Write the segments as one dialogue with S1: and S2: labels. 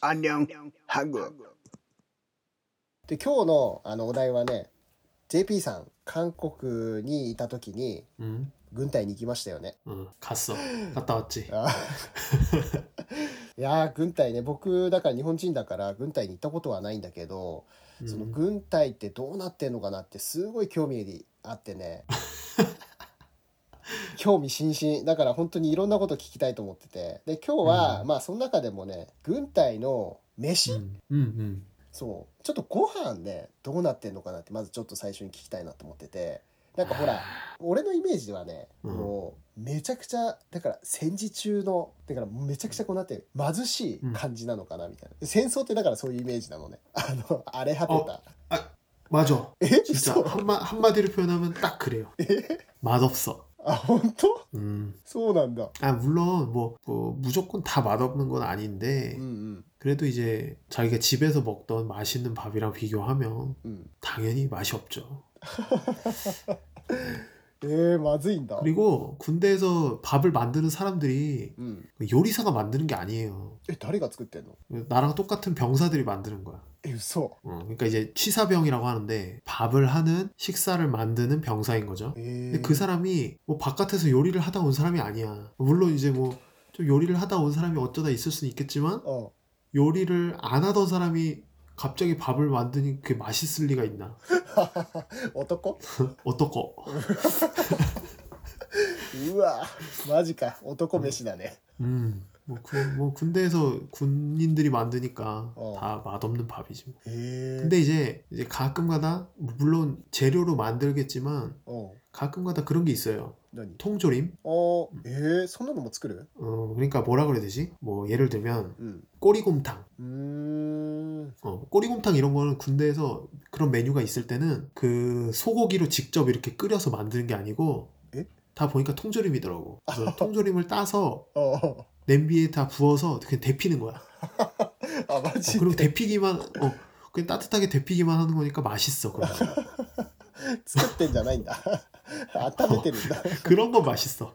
S1: 안녕 한국
S2: で今日のあのお題はね JP さん韓国にいた時に
S3: 응,
S2: 軍隊に行きましたよね
S3: 응, 갔어. 갔다 왔지.
S2: あいやー軍隊ね僕だから日本人だから軍隊に行ったことはないんだけど、その
S3: 응.
S2: 軍隊ってどうなってんのかなってすごい興味あってね 興味津々だから本当にいろんなこと聞きたいと思っててで今日は、
S3: うん
S2: まあその中でもね軍隊の飯、
S3: 응, 응, 응.
S2: そうちょっとご飯ねどうなってんのかなってまずちょっと最初に聞きたいなと思っててなんかほら俺のイメージではね、
S3: うん
S2: もうめちゃくちゃだから戦時中のだからめちゃくちゃこうなって貧しい感じなのかなみたいな、戦争ってだからそういうイメージなのねあの荒れ果てた
S3: 아, 맞아.
S2: え
S3: 진짜
S2: そう
S3: 한마, 한마디로 표현하면 딱 그래요. 맛없어.
S2: あ本当
S3: 음.
S2: そうなんだ
S3: 아 물론 뭐, 뭐 무조건 다 맛없는 건
S2: う
S3: 아닌데
S2: んうん
S3: 그래도 이제 자기가 집에서 먹던 맛있는 밥이랑 비교하면
S2: うん、
S3: 당연히 맛이 없죠.
S2: えー、まずいんだ、
S3: 그리고 군대에서 밥을 만드는 사람들이 그
S2: うん、
S3: 요리사가 만드는 게 아니에요.
S2: え誰が作ってんの
S3: 나랑 똑같은 병사들이 만드는 거야.
S2: え嘘
S3: 어, 그러니까 이제 취사병이라고 하는데 밥을 하는 식사를 만드는 병사인 거죠.
S2: え
S3: 근데
S2: ー、
S3: 그 사람이 뭐 바깥에서 요리를 하다 온 사람이 아니야. 물론 이제 뭐 좀 요리를 하다 온 사람이 어쩌다 있을 수는 있겠지만
S2: あ
S3: 요리를 안 하던 사람이 갑자기 밥을 만드니 그게 맛있을 리가 있나?
S2: 男
S3: 어떡어?
S2: うわマジか男飯だね、
S3: 음. 뭐, 그, 뭐 군대에서 군인들이 만드니까
S2: 어.
S3: 다 맛없는 밥이지. 뭐.
S2: へえ
S3: 근데 이제 이제 가끔가다 물론 재료로 만들겠지만
S2: おう
S3: 가끔가다 그런 게 있어요.
S2: 何
S3: 통조림.
S2: あーえー、そんなのも作る
S3: 어, 그러니까 뭐라 그래야 되지? 뭐 예를 들면
S2: うん
S3: 꼬리곰탕.
S2: うーん
S3: 어, 꼬리곰탕 이런 거는 군대에서 그런 메뉴가 있을 때는 그 소고기로 직접 이렇게 끓여서 만드는 게 아니고
S2: 에?
S3: 다 보니까 통조림이더라고. 그래서 통조림을 따서
S2: あー
S3: 냄비에 다 부어서 그냥 데피는 거야.
S2: あマ
S3: 어,
S2: ジ
S3: 그리고
S2: で
S3: 데피기만 어 그냥 따뜻하게 데피기만 하는 거니까 맛있어. 그런 거.
S2: 作ってんじゃないんだ温めてるんだ
S3: 그런 건 맛있어.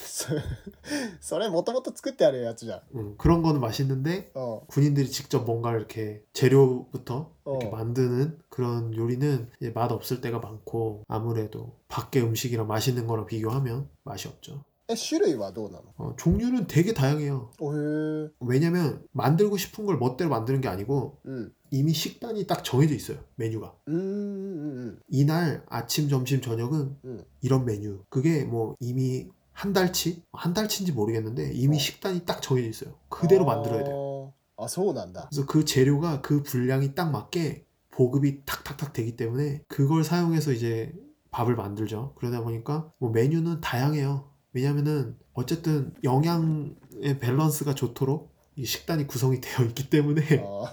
S2: そ それもともと作ってあるやつじゃん
S3: 응, 그런 거는 맛있는데
S2: うん
S3: 군인들이 직접 뭔가를 이렇게 재료부터 이렇게
S2: 어.
S3: 만드는 그런 요리는 이제 맛 없을 때가 많고 아무래도 밖에 음식이랑 맛있는 거랑 비교하면 맛이 없죠.
S2: え種類はどうなの
S3: 어, 종류는 되게 다양해요.
S2: おへえ
S3: 왜냐면 만들고 싶은 걸 멋대로 만드는 게 아니고
S2: うん
S3: 이미 식단이 딱 정해져 있어요. 메뉴가.
S2: うーんうんうん
S3: 이날 아침, 점심, 저녁은
S2: 음.
S3: 이런 메뉴. 그게 뭐 이미 한 달치? 한 달치인지 모르겠는데 이미
S2: 어.
S3: 식단이 딱 정해져 있어요. 그대로 만들어야 돼요.
S2: あーあそうなんだ
S3: 그래서 그 재료가 그 분량이 딱 맞게 보급이 탁탁탁 되기 때문에 그걸 사용해서 이제 밥을 만들죠. 그러다 보니까 뭐 메뉴는 다양해요. 왜냐면은 어쨌든 영양의 밸런스가 좋도록 이 식단이 구성이 되어 있기
S2: あ
S3: 때문에
S2: ー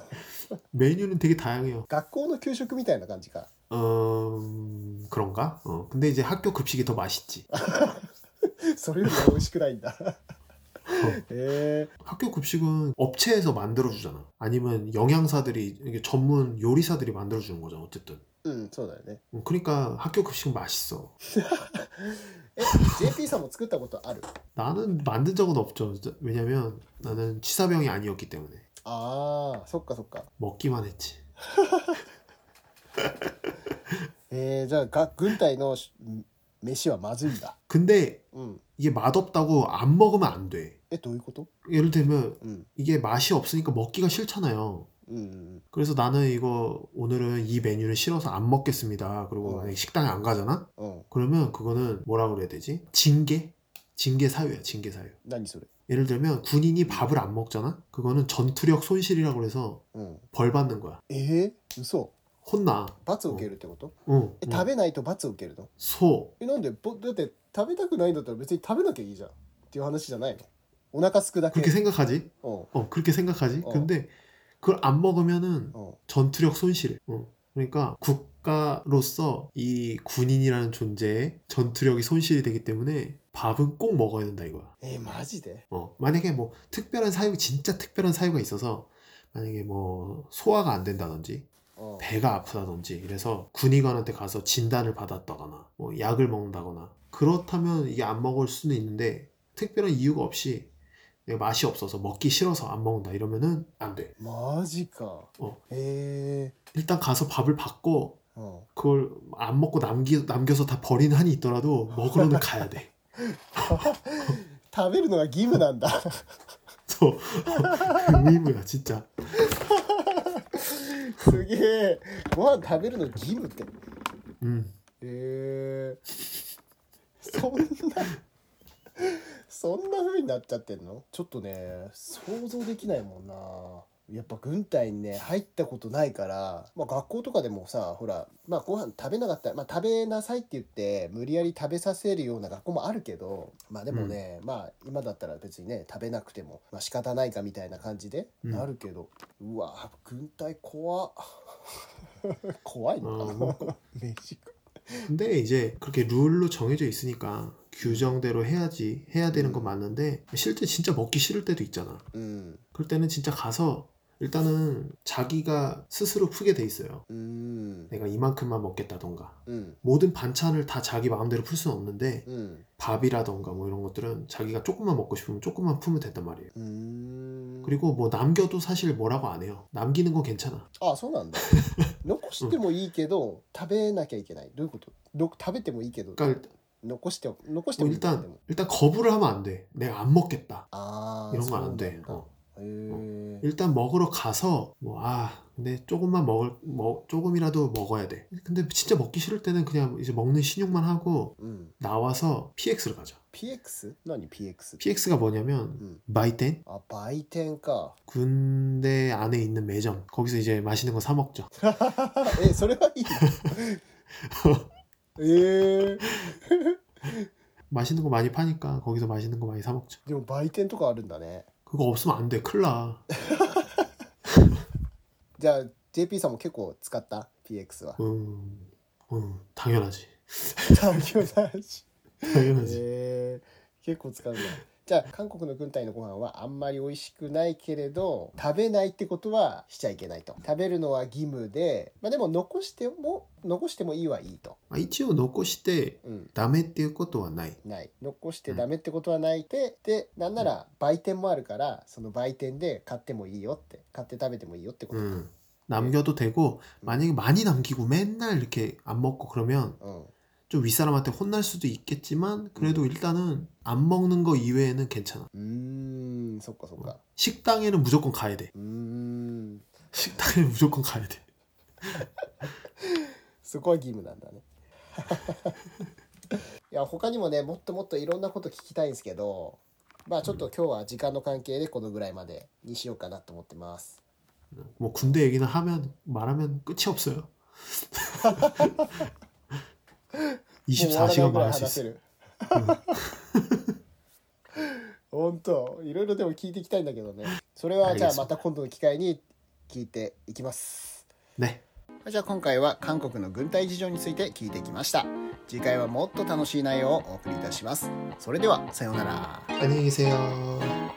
S3: 메뉴는 되게 다양해요.
S2: 学校の給食みたいな感じか
S3: 어... 그런가? 어, 근데 이제 학교 급식이 더 맛있지.
S2: それよりは美味しくないんだへえ
S3: 학교 급식은 업체에서 만들어 주잖아. 아니면 영양사들이 이게 전문 요리사들이 만들어 주는 거잖아. 어쨌든.
S2: うんそうだよね
S3: 음, 그러니까 학교 급식은 맛있어.
S2: え JP さんも作ったことある
S3: 나는 만든 적은 없죠. 왜냐면 나는 치사병이 아니었기 때문에
S2: ああそっかそっか
S3: 먹기만 했지.
S2: えー、じゃあが軍隊のしん飯はまずいんだ
S3: 근데
S2: うん
S3: 이게 맛없다고 안 먹으면 안 돼.
S2: えどういうこと
S3: 예를 들면
S2: うん
S3: 이게 맛이 없으니까 먹기가 싫잖아요.
S2: うんうん、
S3: 그래서 나는 이거 오늘은 이 메뉴를 싫어서 안 먹겠습니다. 그리고
S2: 어.
S3: 만약에 식당에 안 가잖아?
S2: うん、
S3: 그러면 그거는 뭐라 그래야 되지? 징계? 징계 사유야, 징계 사유.
S2: 何それ
S3: 예를 들면 군인이 밥을 안 먹잖아? 그거는 전투력 손실이라고 해서
S2: うん
S3: 벌 받는 거야.
S2: えー、嘘
S3: 혼나.
S2: 罰を受けるってこと、
S3: 응.
S2: え
S3: 응.
S2: 食べないと罰を受けるの
S3: 소.
S2: えなんでぼだって食べたくないんだったら別に食べなきゃいいじゃんっていう話じゃないのお腹すくだけ
S3: 그렇게 생각하지?
S2: うんうん
S3: 어 그렇게 생각하지?
S2: 어.
S3: 근데 그걸 안 먹으면은
S2: お
S3: 전투력 손실. 어. 그러니까 국가로서 이 군인이라는 존재의 전투력이 손실이 되기 때문에 밥은 꼭 먹어야 된다 이거야.
S2: えー、マジで
S3: 어. 만약에 뭐 특별한 사유, 진짜 특별한 사유가 있어서 만약에 뭐 소화가 안 된다든지
S2: うん
S3: 배가 아프다든지 이래서 군의관한테 가서 진단을 받았다거나 뭐 약을 먹는다거나 그렇다면 이게 안 먹을 수는 있는데 특별한 이유가 없이 내가 맛이 없어서 먹기 싫어서 안 먹는다 이러면은 안 돼.
S2: マジか
S3: お
S2: へえ
S3: 일단 가서 밥을 받고
S2: うん
S3: 그걸 안 먹고 남기, 남겨서 다 버리는 한이 있더라도 먹으러는 가야 돼.
S2: 食べるのが義務なんだ
S3: 저 의무야 진짜.
S2: すげえご飯食べるの義務ってへ
S3: 음.
S2: えそんな そんな風になっちゃってんのちょっとね想像できないもんなやっぱ軍隊にね入ったことないから、まあ、学校とかでもさほら、まあ、ご飯食べなかったら、まあ、食べなさいって言って無理やり食べさせるような学校もあるけどまあでもね、まあ今だったら別にね食べなくても、まあ、仕方ないかみたいな感じで
S3: うん
S2: なるけど、うわ軍隊怖っ 怖いのかな、
S3: あも
S2: 飯食う
S3: 어, 뭐. 근데 이제 그렇게 룰로 정해져 있으니까 규정대로 해야지 해야 되는 건 맞는데 실제 진짜 먹기 싫을 때도 있잖아.
S2: うん
S3: 그럴 때는 진짜 가서 일단은 자기가 스스로 푸게 돼 있어요.
S2: うん
S3: 내가 이만큼만 먹겠다던가
S2: うん
S3: 모든 반찬을 다 자기 마음대로 풀 수는 없는데
S2: うん、
S3: 밥이라던가 뭐 이런 것들은 자기가 조금만 먹고 싶으면 조금만 풀면 된단 말이에요.
S2: うーん
S3: 그리고 뭐 남겨도 사실 뭐라고 안 해요. 남기는 건 괜찮아.
S2: あそう なんだ残してもいいけど食べなきゃいけないどういうことど食べてもいいけど
S3: 그러니까 일-
S2: 残してお残して
S3: 뭐
S2: もいいけど
S3: 일단 일단 거부를 하면 안 돼. 내가 안 먹겠다.
S2: ああ
S3: 이런 건 안 돼. 어.
S2: へえ
S3: 일단 먹으러 가서 뭐 아 근데 조금만 먹을 뭐 조금이라도 먹어야 돼. 근데 진짜 먹기 싫을 때는 그냥 이제 먹는 신용만 하고
S2: うん、
S3: 나와서 PX를 가자.
S2: PX? 何 PX?
S3: PX가
S2: うん
S3: 뭐냐면 마이텐
S2: あ売店か
S3: 군대 안에 있는 매점 거기서 이제 맛있는 거 사 먹죠.
S2: えそれはいい のえー、
S3: 맛있는 거 많이 파니까 거기서 맛있는 거 많이 사 먹죠.
S2: でも売店とかあるんだね
S3: 그거 없으면 안 돼. 큰일 나.
S2: じゃあ JP さんも結構使った PX は
S3: 음, 음 당연하지.
S2: 大丈夫だし 네.
S3: 당연하지.
S2: へえ結構使うんだじゃあ韓国の軍隊のご飯はあんまり美味しくないけれど食べないってことはしちゃいけないと食べるのは義務で、まあ、でも残しても残してもいいはいいと、
S3: 아, 이치오 놓고 시대
S2: うん、
S3: 남의 띄고 또한 나이.
S2: ない残してダメってことはないででなんなら売店もあるからその売店で買ってもいいよって買って食べてもいいよってこと、
S3: 음. 남겨도 되고 만약에 많이 남기고 맨날 이렇게 안 먹고 그러면
S2: うん
S3: 좀 윗사람한테 혼날 수도 있겠지만 그래도 일단은 안 먹는 거 이외에는 괜찮아.
S2: うーんそっかそっか
S3: 식당에는 무조건 가야 돼.
S2: うーん
S3: 식당에는 무조건 가야 돼.
S2: そこは義務なんだね。 いや他にもねもっともっといろんなこと聞きたいんですけどまあちょっと今日は時間の関係でこのぐらいまでにしようかなと思ってます。
S3: 뭐 군대 얘기는 하면 말하면 끝이 없어요.
S2: も
S3: 24시간
S2: う終わらないぐらい
S3: 말할 수
S2: 話
S3: 있어.
S2: せる。 本当いろいろでも聞いていきたいんだけどね。それはじゃあまた今度の機会に聞いていきます。
S3: 네.
S2: はいじゃあ今回は韓国の軍隊事情について聞いてきました。次回はもっと楽しい内容をお送りいたします。それではさようなら。
S3: 안녕히 계세요.